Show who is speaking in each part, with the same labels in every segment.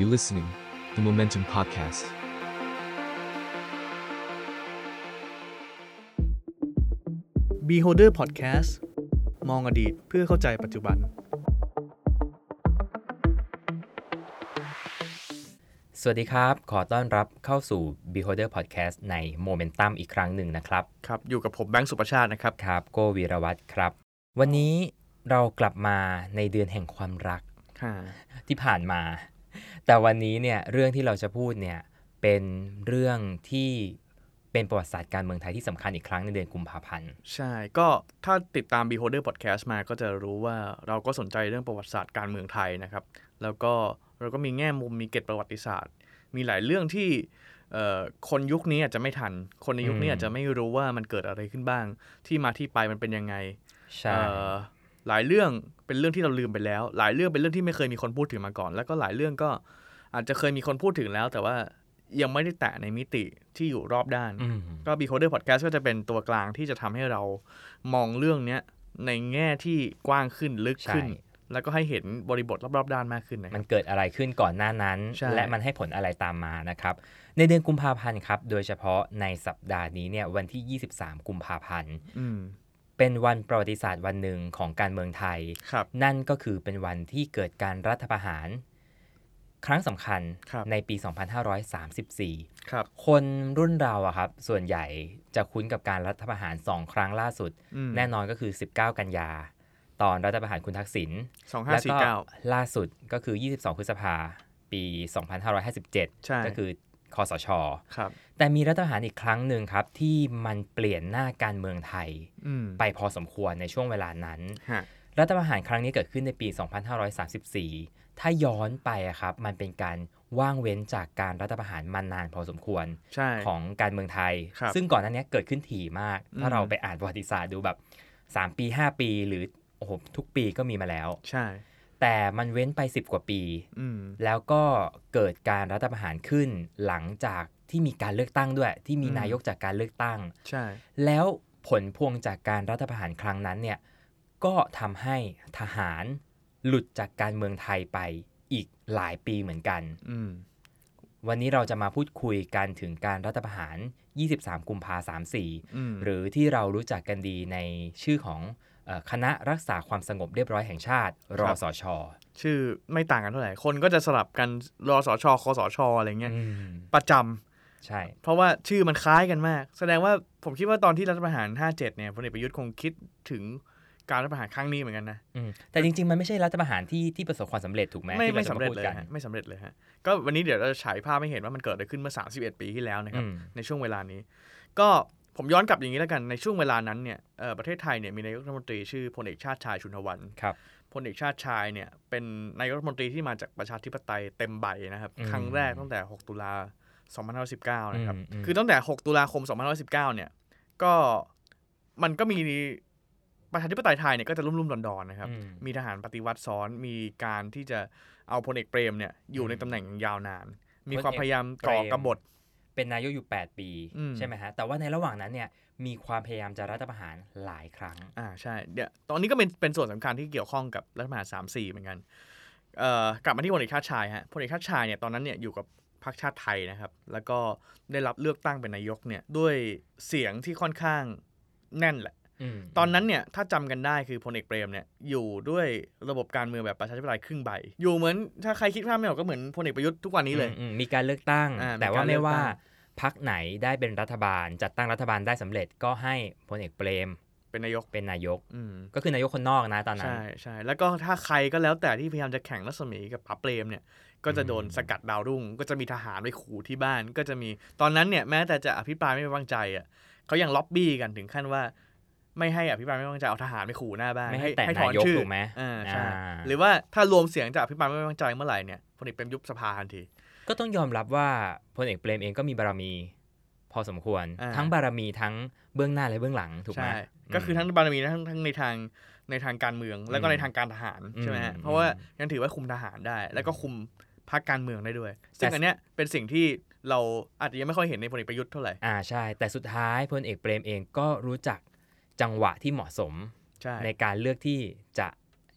Speaker 1: You listening, the Momentum Podcast.
Speaker 2: บีโฮเดอร์พอดแคสต์มองอดีตเพื่อเข้าใจปัจจุบัน
Speaker 3: สวัสดีครับ ขอต้อนรับเข้าสู่ Beholder Podcast ใน Momentum อีกครั้งหนึ่งนะครับ
Speaker 2: ครับ อยู่กับผมแบงค์สุประชาตินะครับ
Speaker 3: ครับโกวีรวัตรครับ วันนี้เรากลับมาในเดือนแห่งความรักที่ผ่านมา แต่วันนี้เนี่ยเรื่องที่เราจะพูดเนี่ยเป็นเรื่องที่เป็นประวัติศาสตร์การเมืองไทยที่สำคัญอีกครั้งในเดือนกุมภาพันธ์
Speaker 2: ใช่ ก็ถ้าติดตาม Beholder Podcast มาก็จะรู้ว่าเราก็สนใจเรื่องประวัติศาสตร์การเมืองไทยนะครับ แล้วก็เราก็มีแง่มุมมีเกร็ดประวัติศาสตร์ มีหลายเรื่องที่เอ่อคนยุคนี้อาจจะไม่ทัน คนในยุคนี้
Speaker 3: อืม
Speaker 2: อาจจะไม่รู้ว่ามันเกิดอะไรขึ้นบ้าง ที่มาที่ไปมันเป็นยังไง
Speaker 3: ใช่
Speaker 2: เอ่อหลายเรื่องเป็นเรื่องที่เราลืมไปแล้ว หลายเรื่องเป็นเรื่องที่ไม่เคยมีคนพูดถึงมาก่อน แล้วก็หลายเรื่องก็อาจจะเคยมีคนพูดถึงแล้ว แต่ว่ายังไม่ได้แตะในมิติที่อยู่รอบด้าน
Speaker 3: อืม
Speaker 2: ก็ Beholder Podcast ก็จะเป็นตัวกลางที่จะทำให้เรามองเรื่องเนี้ยในแง่ที่กว้างขึ้นลึกขึ้น
Speaker 3: ใช่
Speaker 2: แล้วก็ให้เห็นบริบทรอบๆด้านมากขึ้นนะค
Speaker 3: มั
Speaker 2: รับ
Speaker 3: นเกิดอะไรขึ้นก่อนหน้านั้น
Speaker 2: ใช่
Speaker 3: และมันให้ผลอะไรตามมานะครับ ในเดือนกุมภาพันธ์ครับ โดยเฉพาะในสัปดาห์นี้เนี่ยวันที่ 23 กุมภาพันธ์
Speaker 2: อืม
Speaker 3: เป็นวันประวัติศาสตร์วันหนึ่งของการเมืองไทย
Speaker 2: ครับ
Speaker 3: นั่นก็คือเป็นวันที่เกิดการรัฐประหาร ครั้งสำคัญ
Speaker 2: ครับ
Speaker 3: ในปี
Speaker 2: ค
Speaker 3: 2534
Speaker 2: รับ
Speaker 3: คนรุ่นเราอะครับ ส่วนใหญ่จะคุ้นกับการรัฐประหาร 2 ครั้งล่าสุด
Speaker 2: อืม
Speaker 3: แน่นอนก็คือ 19 กันยา ตอนรัฐประหารคุณทักษิณ
Speaker 2: สองห้า
Speaker 3: แล้ว
Speaker 2: สี่
Speaker 3: ก็
Speaker 2: เก้า
Speaker 3: ล่าสุดก็คือ 22 พฤษภาปี 2557
Speaker 2: ใช่
Speaker 3: ก็คือคอสช
Speaker 2: ครับ
Speaker 3: แต่มีรัฐประหารอีกครั้งหนึ่งครับ ที่มันเปลี่ยนหน้าการเมืองไทย
Speaker 2: อืม
Speaker 3: ไปพอสมควรในช่วงเวลานั้น
Speaker 2: ฮะ
Speaker 3: รัฐประหารครั้งนี้เกิดขึ้นในปี 2534 ถ้าย้อนไปอะครับ มันเป็นการว่างเว้นจากการรัฐประหารมานานพอสมควร
Speaker 2: ใช่
Speaker 3: ของการเมืองไทย
Speaker 2: ครับ
Speaker 3: ซึ่งก่อนหน้านี้เกิดขึ้นถี่มาก ถ้า
Speaker 2: อืม
Speaker 3: เราไปอ่านประวัติศาสตร์ดูแบบ 3 ปี 5 ปีหรือโอ้โหทุกปีก็มีมาแล้ว
Speaker 2: ใช่
Speaker 3: แต่มันเว้นไป 10 กว่าปี
Speaker 2: อืม
Speaker 3: แล้วก็เกิดการรัฐประหารขึ้นหลังจากที่มีการเลือกตั้งด้วย ที่มี
Speaker 2: อืม
Speaker 3: นายกจากการเลือกตั้ง
Speaker 2: ใช่
Speaker 3: แล้วผลพวงจากการรัฐประหารครั้งนั้นเนี่ยก็ทำให้ทหารหลุดจากการเมืองไทยไปอีกหลายปีเหมือนกัน
Speaker 2: อืม
Speaker 3: วันนี้เราจะมาพูดคุยกันถึงการรัฐประหาร 23 กุมภาพันธ์
Speaker 2: อืม
Speaker 3: 34 หรือที่เรารู้จักกันดีในชื่อของเอ่อคณะรักษาความสงบเรียบร้อยแห่งชาติ รอสช
Speaker 2: ชื่อไม่ต่างกันเท่าไหร่ คนก็จะสลับกันรอสชคสชอะไรเงี้ย
Speaker 3: อืม
Speaker 2: ประจำ
Speaker 3: ใช่
Speaker 2: เพราะว่าชื่อมันคล้ายกันมาก แสดงว่าผมคิดว่าตอนที่รัฐประหาร 57 เนี่ยพลเอกประยุทธ์คงคิดถึงการรัฐประหารครั้งนี้เหมือนกันนะ
Speaker 3: อืมแต่จริงๆ มันไม่ใช่รัฐประหารที่ที่ประสบความสำเร็จถูกไหม
Speaker 2: ไม่
Speaker 3: ที่า
Speaker 2: ไม่
Speaker 3: จะ
Speaker 2: สำเร็จ
Speaker 3: พูด
Speaker 2: เลย
Speaker 3: กัน
Speaker 2: ฮะไม่สำเร็จเลยฮะก็วันนี้เดี๋ยวเราจะฉายภาพให้เห็นว่ามันเกิดอะไรขึ้นเมื่อ 31 ปีที่แล้วนะครับ
Speaker 3: อืม
Speaker 2: ในช่วงเวลานี้ ก็ผมย้อนกลับอย่างนี้แล้วกันในช่วงเวลานั้นเนี่ยเอ่อประเทศไทยเนี่ยมีนายกรัฐมนตรีชื่อพลเอกชาติชายชุนทวัน
Speaker 3: ครับ
Speaker 2: พลเอกชาติชายเนี่ยเป็นนายกรัฐมนตรีที่มาจากประชาธิปไตยเต็มใบนะครับ
Speaker 3: อืม
Speaker 2: ครั้งแรกตั้งแต่ 6 ตุลา 2519 นะครับ
Speaker 3: อืมอืม
Speaker 2: คือตั้งแต่ 6 ตุลาคม 2519 เนี่ยก็มันก็มีประชาธิปไตยไทยเนี่ยก็จะรุ่มๆดอนๆนะครับ
Speaker 3: อืม
Speaker 2: มีทหารปฏิวัติซ้อน มีการที่จะเอาพลเอกเปรมเนี่ยอยู่ในตำแหน่งยาวนาน มีความพยายามก่อกบฏ
Speaker 3: เป็นนายกอยู่ 8 ปี
Speaker 2: อืม
Speaker 3: ใช่ไหมฮะ แต่ว่าในระหว่างนั้นเนี่ยมีความพยายามจะรัฐประหารหลายครั้ง
Speaker 2: อ่าใช่เดี๋ยวตอนนี้ก็เป็นเป็นส่วนสำคัญที่เกี่ยวข้องกับรัฐประหารสามสี่เหมือนกันเอ่อกลับมาที่พลเอกชาติชายฮะพลเอกชาติชายเนี่ยตอนนั้นเนี่ยอยู่กับพรรคชาติไทยนะครับ แล้วก็ได้รับเลือกตั้งเป็นนายกเนี่ยด้วยเสียงที่ค่อนข้างแน่นแหละ
Speaker 3: อืม
Speaker 2: ตอนนั้นเนี่ยถ้าจำกันได้คือพลเอกเปรมเนี่ยอยู่ด้วยระบบการเมืองแบบประชาธิปไตยครึ่งใบ อยู่เหมือนถ้าใครคิดภาพไม่ออกก็เหมือนพลเอกประยุทธ์ทุกวันนี้เลย
Speaker 3: อืมอืมมีการเลือกตั้ง
Speaker 2: อ่า
Speaker 3: แต่
Speaker 2: มี
Speaker 3: ว่า
Speaker 2: การเลื
Speaker 3: ไม่
Speaker 2: อกตั้
Speaker 3: ว่าง พักไหนได้เป็นรัฐบาล จัดตั้งรัฐบาลได้สำเร็จก็ให้พลเอกเปรม
Speaker 2: เป็นนายก
Speaker 3: เป็นนายก
Speaker 2: อืม
Speaker 3: ก็คือนายกคนนอกนะตอนนั้น
Speaker 2: ใช่ใช่แล้วก็ถ้าใครก็แล้วแต่ที่พยายามจะแข่งรัศมีกับป๋าเปรมเนี่ยก็จะโดน
Speaker 3: อืม
Speaker 2: สกัดดาวรุ่ง ก็จะมีทหารไปขู่ที่บ้าน ก็จะมีตอนนั้นเนี่ยแม้แต่จะอภิปรายไม่ไว้วางใจอ่ะเขายังล็อบบี้กันถึงขั้นว่า ไม่ให้อภิปรายไม่ไว้วางใจเอาทหารไปขู่หน้าบ้าน
Speaker 3: ไม่ให้แตะนายกถูกไหม
Speaker 2: อ่าใช่
Speaker 3: อ่า
Speaker 2: หรือว่าถ้ารวมเสียงจากอภิปรายไม่ไว้วางใจเมื่อไหร่เนี่ยพลเอกเปรมยุบสภาทันที
Speaker 3: ก็ต้องยอมรับว่าพลเอกเปรมเองก็มีบารมี พอสมควร
Speaker 2: อ่า
Speaker 3: ทั้งบารมีทั้งเบื้องหน้าและเบื้องหลังถูกไหม
Speaker 2: ใช่ก็คือทั้งบารมีทั้งทั้งในทางในทางการเมือง แล้วก็ในทางการทหาร
Speaker 3: อืม
Speaker 2: ใช่ไหมฮะ
Speaker 3: อืม
Speaker 2: เพราะว่ายังถือว่าคุมทหารได้ แล้วก็คุมพรรคการเมืองได้ด้วย ซึ่ง
Speaker 3: แต่
Speaker 2: อันเนี้ยเป็นสิ่งที่เราอาจจะยังไม่ค่อยเห็นในพลเอกประยุทธ์เท่าไหร่
Speaker 3: อ่าใช่ แต่สุดท้ายพลเอกเปรมเองก็รู้จักจังหวะที่เหมาะสม
Speaker 2: ใช่
Speaker 3: ในการเลือกที่จะ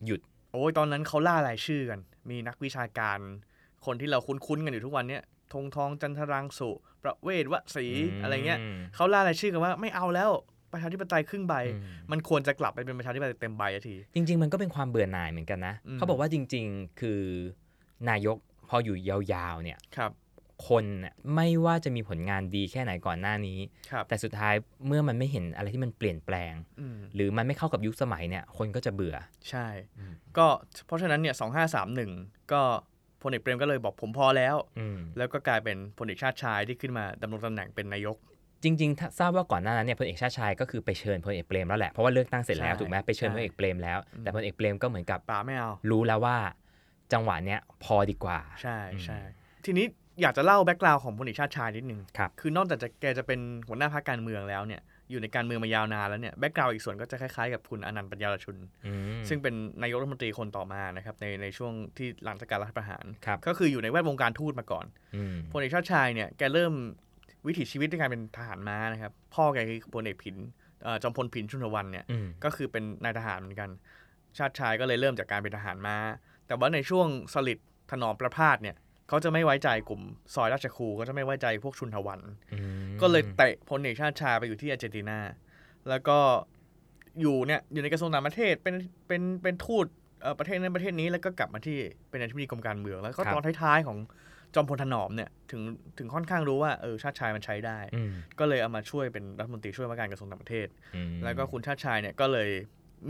Speaker 3: หยุด
Speaker 2: โอ้ยตอนนั้นเขาล่ารายชื่อกัน มีนักวิชาการ คนที่เราคุ้นๆกันอยู่ทุกวันเนี่ยธงทองจันทรังสุประเวศวสีอะไรเงี้ยเขาล่ารายชื่อกันว่าไม่เอาแล้วประชาธิปไตยครึ่งใบ
Speaker 3: อืม
Speaker 2: มันควรจะกลับไปเป็นประชาธิปไตยเต็มใบสักที
Speaker 3: จริง ๆ มันก็เป็นความเบื่อหน่ายเหมือนกันนะ
Speaker 2: อืม
Speaker 3: เขาบอกว่าจริง ๆ คือนายกพออยู่ยาวๆเนี่ย
Speaker 2: ครับ
Speaker 3: คนน่ะไม่ว่าจะมีผลงานดีแค่ไหนก่อนหน้านี้
Speaker 2: ครับ
Speaker 3: แต่สุดท้ายเมื่อมันไม่เห็นอะไรที่มันเปลี่ยนแปลง
Speaker 2: อืม
Speaker 3: หรือมันไม่เข้ากับยุคสมัยเนี่ย คนก็จะเบื่อ
Speaker 2: ใช่
Speaker 3: อืม
Speaker 2: ก็เพราะฉะนั้นเนี่ยสองห้าสามหนึ่งก็พลเอกเปรมก็เลยบอกผมพอแล้ว
Speaker 3: อืม
Speaker 2: แล้วก็กลายเป็นพลเอกชาติชายที่ขึ้นมาดำรงตำแหน่งเป็นนายก
Speaker 3: จริงๆถ้าทราบว่าก่อนหน้านั้นเนี่ยพลเอกชาติชายก็คือไปเชิญพลเอกเปรมแล้วแหละเพราะว่าเลือกตั้งเสร็จแล้ว
Speaker 2: ใช่
Speaker 3: ถูกไหมไปเชิญ
Speaker 2: ใช่
Speaker 3: พลเอกเปรมแล้ว
Speaker 2: อืม
Speaker 3: แต่พลเอกเปรมก็เหมือนกับ
Speaker 2: ป๋าไม่เอา
Speaker 3: รู้แล้วว่า จังหวะเนี้ยพอดีกว่า
Speaker 2: ใช่
Speaker 3: อืม
Speaker 2: ใช่ทีนี้อยากจะเล่าแบ็กกราวของพลเอกชาติชายนิดนึง
Speaker 3: ครับ
Speaker 2: คือนอกจากจะแกจะเป็นหัวหน้าพรรคการเมืองแล้วเนี่ยอยู่ในการเมืองมายาวนานแล้วเนี่ยแบ็กกราวอีกส่วนก็จะคล้ายๆกับคุณอนันต์ปัญญารชุน
Speaker 3: อืม
Speaker 2: ซึ่งเป็นนายกรัฐมนตรีคนต่อมานะครับในในช่วงที่หลังจากการรัฐประหาร
Speaker 3: ครับ
Speaker 2: ก็คืออยู่ในแวดวงการทูตมาก่อน
Speaker 3: อืม
Speaker 2: พลเอกชาติชายเนี่ยแกเริ่มวิถีชีวิตด้วยการเป็นทหารม้านะครับพ่อแกคือพลเอกผินเอ่อจอมพลผินชุนทวันเนี่ย
Speaker 3: อืม
Speaker 2: ก็คือเป็นนายทหารเหมือนกัน ชาติชายก็เลยเริ่มจากการเป็นทหารมา แต่ว่าในช่วงสลิดถนอมประพาสเนี่ยเขาจะไม่ไว้ใจกลุ่มซอยราชครูก็จะไม่ไว้ใจพวกชุนทวัน
Speaker 3: อืม
Speaker 2: ก็เลยเตะพลเอกชาติชายไปอยู่ที่อาร์เจนตินา แล้วก็อยู่เนี่ยอยู่ในกระทรวงต่างประเทศเป็นเป็นเป็นทูตเอ่อประเทศนั้นประเทศนี้แล้วก็กลับมาที่เป็นอธิบดีกรมการเมือง แล้วก็ตอนท้ายๆของจอมพลถนอมเนี่ยถึงถึงค่อนข้างรู้ว่าเออชาติชายมันใช้ได้
Speaker 3: อืม
Speaker 2: ก็เลยเอามาช่วยเป็นรัฐมนตรีช่วยว่าการกระทรวงต่างประเทศ
Speaker 3: อืม
Speaker 2: แล้วก็คุณชาติชายเนี่ยก็เลย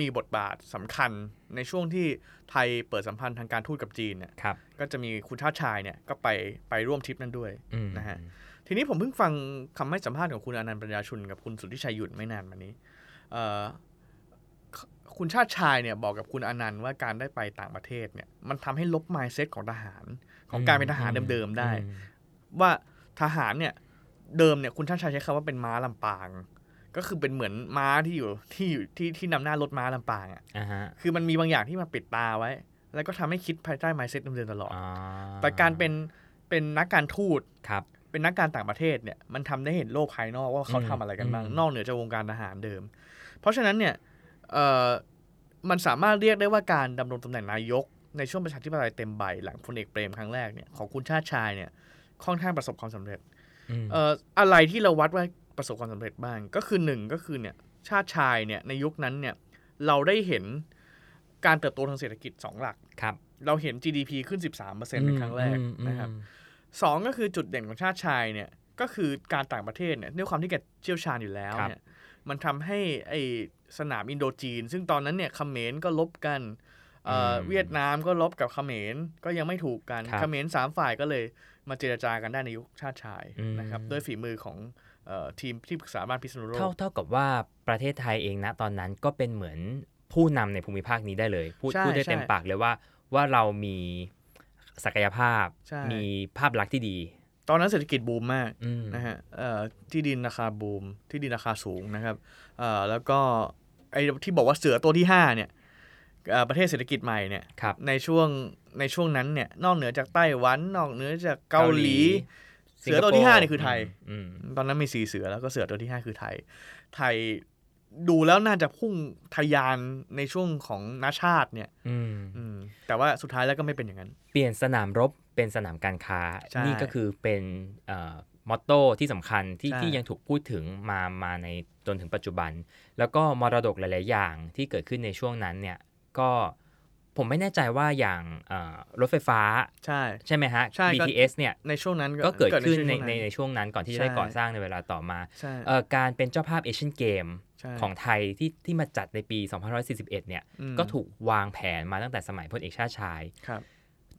Speaker 2: มีบทบาทสำคัญในช่วงที่ไทยเปิดสัมพันธ์ทางการทูตกับจีนเนี่ย
Speaker 3: ครับ
Speaker 2: ก็จะมีคุณชาติชายเนี่ยก็ไปไปร่วมทริปนั้นด้วย
Speaker 3: อืม
Speaker 2: นะฮะ ทีนี้ผมเพิ่งฟังคำให้สัมภาษณ์ของคุณอนันต์ปัญญาชุนกับคุณสุทธิชัยหยุ่นไม่นานมานี้เอ่อคคุณชาติชายเนี่ยบอกกับคุณอนันต์ว่าการได้ไปต่างประเทศเนี่ยมันทำให้ลบ mindset ของทหารของการเป็นทหารเดิมๆได้
Speaker 3: อืม
Speaker 2: ว่าทหารเนี่ยเดิมเนี่ยคุณชาติชายใช้คำว่าเป็นม้าลำปาง ก็คือเป็นเหมือนม้าที่อยู่ที่อยู่ที่ที่นำหน้ารถม้าลำปางอะ่ะ
Speaker 3: อ่าฮะ
Speaker 2: คือมันมีบางอย่างที่มาปิดตาไว้ แล้วก็ทำให้คิดภายใต้ไมเซ็ตเดิมๆตลอด
Speaker 3: อ่
Speaker 2: แต่การเป็นเป็นนักการทูต
Speaker 3: ครับ
Speaker 2: เป็นนักการต่างประเทศเนี่ยมันทำได้เห็นโลกภายนอกว่าเขา
Speaker 3: อืม
Speaker 2: ทำอะไรกันบ้าง
Speaker 3: อืม
Speaker 2: นอกเหนือจากวงการทหารเดิม เพราะฉะนั้นเนี่ยเอ่อมันสามารถเรียกได้ว่าการดำรงตำแหน่งนายก ในช่วงประชาธิปไตยเต็มใบหลังพลเอกเปรมครั้งแรกเนี่ยของคุณชาติชายเนี่ยค่อนข้างประสบความสำเร็จ
Speaker 3: อืม
Speaker 2: เอ่ออะไรที่เราวัดว่าประสบความสำเร็จบ้าง ก็คือหนึ่งก็คือเนี่ยชาติชายเนี่ยในยุคนั้นเนี่ยเราได้เห็นการเติบโตทางเศรษฐกิจ 2 หลัก
Speaker 3: ครับ
Speaker 2: เราเห็น GDP ขึ้น 13%เป็นครั้งแรก
Speaker 3: อืม
Speaker 2: นะครับ
Speaker 3: อืม
Speaker 2: สองก็คือจุดเด่นของชาติชายเนี่ยก็คือการต่างประเทศเนี่ยด้วยความที่แกเชี่ยวชาญอยู่แล้วเนี่ยมันทำให้ไอสนามอินโดจีน ซึ่งตอนนั้นเนี่ยเขมรก็ลบกันเอ่ออ
Speaker 3: ม
Speaker 2: เวียดนามก็ลบกับเขมรก็ยังไม่ถูกกัน
Speaker 3: ครับ
Speaker 2: เขมรสามฝ่ายก็เลยมาเจรจากันได้ในยุคชาติชาย
Speaker 3: อืม
Speaker 2: นะครับด้วยฝีมือของเอ่อทีมที่ปรึกษาบ้านพิษณุโล
Speaker 3: เท่าก เท่ากับว่าประเทศไทยเองนะตอนนั้นก็เป็นเหมือนผู้นำในภูมิภาคนี้ได้เลย พูด
Speaker 2: ใช่
Speaker 3: พูดได้เต็ม
Speaker 2: ใช่
Speaker 3: ปากเลยว่าว่าเรามีศักยภาพ
Speaker 2: ใช่
Speaker 3: มีภาพลักษณ์ที่ดี
Speaker 2: ตอนนั้นเศรษฐกิจบูมมาก
Speaker 3: อืม
Speaker 2: นะฮะเอ่อที่ดินราคาบูม ที่ดินราคาสูงนะครับเอ่อแล้วก็ไอ้ที่บอกว่าเสือตัวที่ 5 เนี่ยเอ่อประเทศเศรษฐกิจใหม่เนี่ย
Speaker 3: ครับ
Speaker 2: ในช่วงในช่วงนั้นเนี่ยนอกเหนือจากไต้หวัน นอกเหนือจากเกาหลี เสือตัวที่
Speaker 3: สิงคโปร์
Speaker 2: ห้านี่คือไทย
Speaker 3: อืม
Speaker 2: ตอนนั้นมีสีเสือแล้วก็เสือตัวที่ 5 คือไทย ไทยดูแล้วน่าจะพุ่งทะยานในช่วงของนาชาติเนี่ย
Speaker 3: อืม
Speaker 2: อืมแต่ว่าสุดท้ายแล้วก็ไม่เป็นอย่างนั้น
Speaker 3: เปลี่ยนสนามรบเป็นสนามการค้า
Speaker 2: ใช่
Speaker 3: นี่ก็คือเป็นเอ่อมอตโต้ที่สำคัญที่
Speaker 2: ใช่
Speaker 3: ที่ยังถูกพูดถึงมามาในจนถึงปัจจุบัน แล้วก็มรดกหลาย ๆ อย่างที่เกิดขึ้นในช่วงนั้นเนี่ยก็ผมไม่แน่ใจว่าอย่างเอ่อรถไฟฟ้า
Speaker 2: ใช่
Speaker 3: ใช่ไหมฮะ
Speaker 2: ใช่ก็
Speaker 3: BTS เนี่ย
Speaker 2: ในช่วงนั้น
Speaker 3: ก็เกิดขึ้นใน
Speaker 2: ช่วง
Speaker 3: ในในช่วงนั้นก่อนที่
Speaker 2: ใช่
Speaker 3: จะได้ก่อสร้างในเวลาต่อมา
Speaker 2: ใช่
Speaker 3: เอ่อการเป็นเจ้าภาพเอเชียนเกม
Speaker 2: ใช่
Speaker 3: ของไทยที่ที่มาจัดในปี 2541 เนี่ย
Speaker 2: อืม
Speaker 3: ก็ถูกวางแผนมาตั้งแต่สมัยพลเอกชาติชาย
Speaker 2: ครับ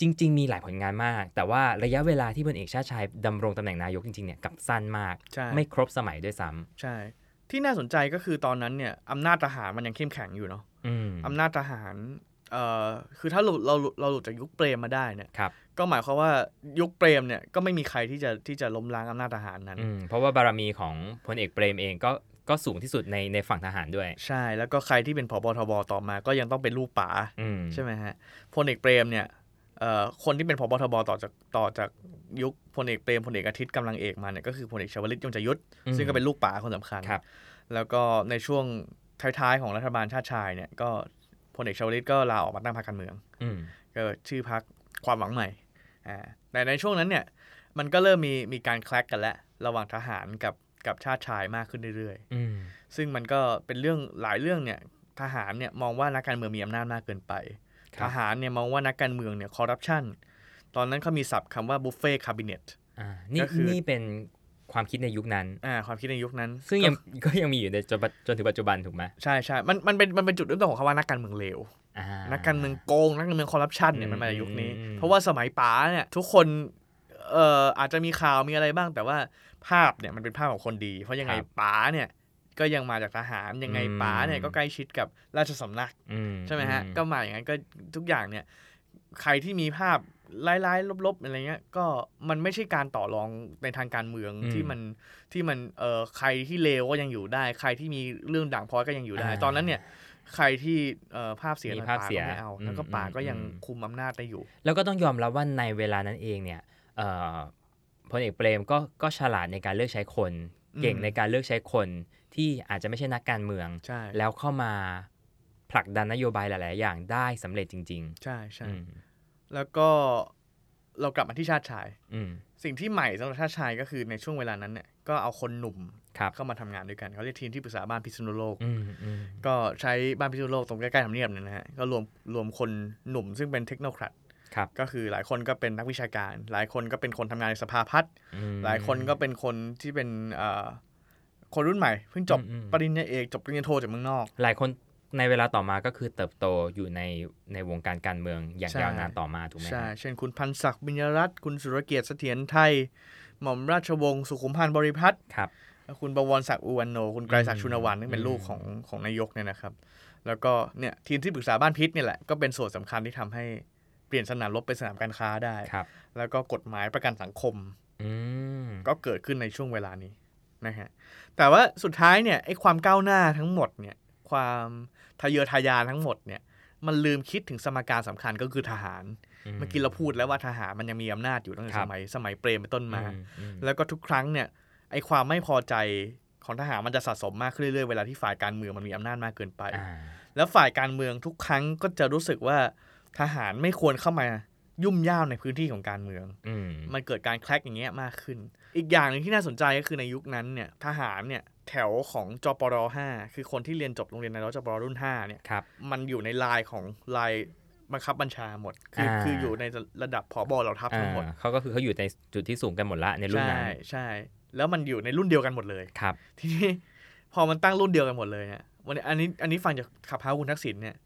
Speaker 3: จริง ๆ มีหลายผลงานมาก แต่ว่าระยะเวลาที่พลเอกชาติชายดำรงตำแหน่งนายกจริง ๆ เนี่ยกลับสั้นมาก
Speaker 2: ใช่
Speaker 3: ไม่ครบสมัยด้วยซ้
Speaker 2: ใช่ ที่น่าสนใจก็คือตอนนั้นเนี่ยอำนาจทหารมันยังเข้มแข็งอยู่เนาะ
Speaker 3: ำอืม
Speaker 2: อำนาจทหารเอ่อคือถ้าหลุดเราเราหลุดจากยุคเปรมมาได้เนี่ย
Speaker 3: ครับ
Speaker 2: ก็หมายความว่ายุคเปรมเนี่ยก็ไม่มีใครที่จะที่จะล้มล้างอำนาจทหารนั้น
Speaker 3: อืมเพราะว่าบารมีของพลเอกเปรมเองก็ก็สูงที่สุดในในฝั่งทหารด้วย
Speaker 2: ใช่แล้วก็ใครที่เป็นผบทบต่อมา ก็ยังต้องเป็นลูกป๋า
Speaker 3: อืม
Speaker 2: ใช่ไหมฮะพลเอกเปรมเนี่ยเอ่อคนที่เป็นผบทบต่อจากต่อจากยุคพลเอกเปรมพลเอกอาทิตย์กำลังเอกมาเนี่ยก็คือพลเอกชวลิตยงใจยุทธ
Speaker 3: อืม
Speaker 2: ซึ่งก็เป็นลูกป่าคนสำคัญ
Speaker 3: ครับ
Speaker 2: แล้วก็ในช่วงท้ายๆของรัฐบาลชาติชายเนี่ยก็พลเอกชวลิตก็ลาออกมาตั้งพรรคการเมือง
Speaker 3: อืม
Speaker 2: ก็ชื่อพรรคความหวังใหม่ อ่าแต่ในช่วงนั้นเนี่ยมันก็เริ่มมีมีการแคลกกันแล้วระหว่างทหารกับกับชาติชายมากขึ้นเรื่อย
Speaker 3: อืม
Speaker 2: ๆ ซึ่งมันก็เป็นเรื่องหลายเรื่องเนี่ยทหารเนี่ยมองว่านักการเมืองมีอำนาจมากเกินไป
Speaker 3: ค
Speaker 2: ท
Speaker 3: รับ
Speaker 2: หารเนี่ยมองว่านักการเมืองเนี่ยคอร์รัปชันตอนนั้นเขามีศัพท์คำว่าบุฟเฟ่คาบิเนต
Speaker 3: อ่านี่
Speaker 2: ก็คือ
Speaker 3: นี่เป็นความคิดในยุคนั้น
Speaker 2: อ่าความคิดในยุคนั้น
Speaker 3: ซึ่งยัง
Speaker 2: ก็
Speaker 3: ก็ยังมีอยู่ในจนปัจจนถึงปัจจุบันถูกไหม
Speaker 2: ใช่ใช่มันมันเป็นมันเป็นจุดเริ่มต้นของคำว่านักการเมืองเลว
Speaker 3: อ่า
Speaker 2: นักการเมืองโกงนักการเมืองคอร์รัปชันเนี่ยมันมาจากยุคนี้
Speaker 3: อืม
Speaker 2: เพราะว่าสมัยป๋าเนี่ยทุกคนเอ่ออาจจะมีข่าวมีอะไรบ้าง แต่ว่าภาพเนี่ยมันเป็นภาพของคนดี เพราะยังไงป๋าเนี่ยก็ยังมาจากทหารยังไงป๋าเนี่ยก็ใกล้ชิดกับราชสำนัก
Speaker 3: อื
Speaker 2: ใช่ไหมฮะ
Speaker 3: อื
Speaker 2: ก็มาอย่างนั้นก็ทุกอย่างเนี่ยใครที่มีภาพร้ายๆลบๆอะไรเงี้ยก็มันไม่ใช่การต่อรองในทางการเมืองที่มันที่มันเอ่อใครที่เลวก็ยังอยู่ได้ ใครที่มีเรื่องด่างพร้อยก็ยังอยู่ได้ ตอนนั้นเนี่ย ใครที่เอ่อภาพเสีย
Speaker 3: มี
Speaker 2: ต่างๆ
Speaker 3: ภาพเสีย
Speaker 2: ก็ไม่เอา
Speaker 3: อืม
Speaker 2: แล้วก็ป่า
Speaker 3: อืม
Speaker 2: ก็ยัง
Speaker 3: อืม
Speaker 2: คุมอำนาจได้อยู่
Speaker 3: แล้วก็ต้องยอมรับว่าในเวลานั้นเองเนี่ยเอ่อพลเอกเปรมก็ก็ฉลาดในการเลือกใช้คน
Speaker 2: อืม
Speaker 3: เก่งในการเลือกใช้คนที่อาจจะไม่ใช่นักการเมือง
Speaker 2: ใช่
Speaker 3: แล้วเข้ามาผลักดันนโยบายหลาย ๆ อย่างได้สำเร็จจริง
Speaker 2: ใช่
Speaker 3: ๆ
Speaker 2: ใช่
Speaker 3: อืม
Speaker 2: แล้วก็เรากลับมาที่ชาติชาย
Speaker 3: อืม
Speaker 2: สิ่งที่ใหม่สำหรับชาติชายก็คือในช่วงเวลานั้นเนี่ยก็เอาคนหนุ่ม
Speaker 3: ครับ
Speaker 2: เข้ามาทำงานด้วยกันเขาเรียกทีมที่ปรึกษาบ้านพิษณุโลก
Speaker 3: อืมอืม
Speaker 2: ก็ใช้บ้านพิษณุโลกตรงใกล้ๆทำเนียบเนี่ยนะฮะก็รวมรวมคนหนุ่มซึ่งเป็นเทคโนแครด
Speaker 3: ครับ
Speaker 2: ก็คือหลายคนก็เป็นนักวิชาการ หลายคนก็เป็นคนทำงานในสภาพัฒน์
Speaker 3: อืม
Speaker 2: หลายคนก็เป็นคนที่เป็นเอ่อคนรุ่นใหม่ เพิ่งจบ
Speaker 3: อืมอืม
Speaker 2: ปริญญาเอกจบปริญญาโทจากเมืองนอก
Speaker 3: หลายคนในเวลาต่อมาก็คือเติบโตอยู่ในในวงการการเมืองอย่าง
Speaker 2: ใช่
Speaker 3: ยาวนานต่อมาถูกไหมฮะ
Speaker 2: ใช่ เช่นคุณพันศักดิ์บิญยรัตน์คุณสุรเกียรติเสถียรไทย หม่อมราชวงศ์สุขุมพันธ์บริพัตร
Speaker 3: ครับ
Speaker 2: คุณบวรศักดิ์อุวันโน คุณไกรศักดิ์ชุนวัน
Speaker 3: อืม
Speaker 2: นี่งเป็นลูกของของนายกเนี่ยนะครับ แล้วก็เนี่ยทีมที่ปรึกษาบ้านพิษเนี่ยแหละ ก็เป็นส่วนสำคัญที่ทำให้เปลี่ยนสนามรบเป็นสนามการค้าได้
Speaker 3: ครับ
Speaker 2: แล้วก็กฎหมายประกันสังคม
Speaker 3: อืม
Speaker 2: ก็เกิดขึ้นในช่วงเวลานี้นะฮะ แต่ว่าสุดท้ายเนี่ยไอ้ความก้าวหน้าทั้งหมดเนี่ย ความทะเยอทะยานทั้งหมดเนี่ย มันลืมคิดถึงสมการสำคัญก็คือทหาร เมื่อกี้เราพูดแล้วว่าทหารมันยังมีอำนาจอยู่ตั้งแต่สมัยสมัยเปรมเป็นต้นมา
Speaker 3: อือืม
Speaker 2: แล้วก็ทุกครั้งเนี่ยไอความไม่พอใจของทหารมันจะสะสมมากขึ้นเรื่อยๆเวลาที่ฝ่ายการเมืองมันมีอำนาจมากเกินไป
Speaker 3: อ่า
Speaker 2: แล้วฝ่ายการเมืองทุกครั้งก็จะรู้สึกว่าทหารไม่ควรเข้ามายุ่มย่ามในพื้นที่ของการเมือง
Speaker 3: อืม
Speaker 2: มันเกิดการแคลกอย่างเงี้ยมากขึ้น อีกอย่างหนึ่งที่น่าสนใจก็คือในยุคนั้นเนี่ยทหารเนี่ยแถวของจปร5คือคนที่เรียนจบโรงเรียนในร้อยจปรรุ่น5เนี่ย
Speaker 3: ครับ
Speaker 2: มันอยู่ในลายของลายบังคับบัญชาหมด คือ
Speaker 3: อ่า
Speaker 2: คืออยู่ในระดับผอบอเหล่าทัพทั้งหมด
Speaker 3: อ่าเขาก็คือเขาอยู่ในจุดที่สูงกันหมดละในรุ่น
Speaker 2: ใช่
Speaker 3: นั้น
Speaker 2: ใช่ แล้วมันอยู่ในรุ่นเดียวกันหมดเลย
Speaker 3: ครับ
Speaker 2: ทีนี้ พอมันตั้งรุ่นเดียวกันหมดเลยเนี่ยวันนี้อันนี้อันนี้ฟังจากขับเฮาคุณทักษิณเนี่ย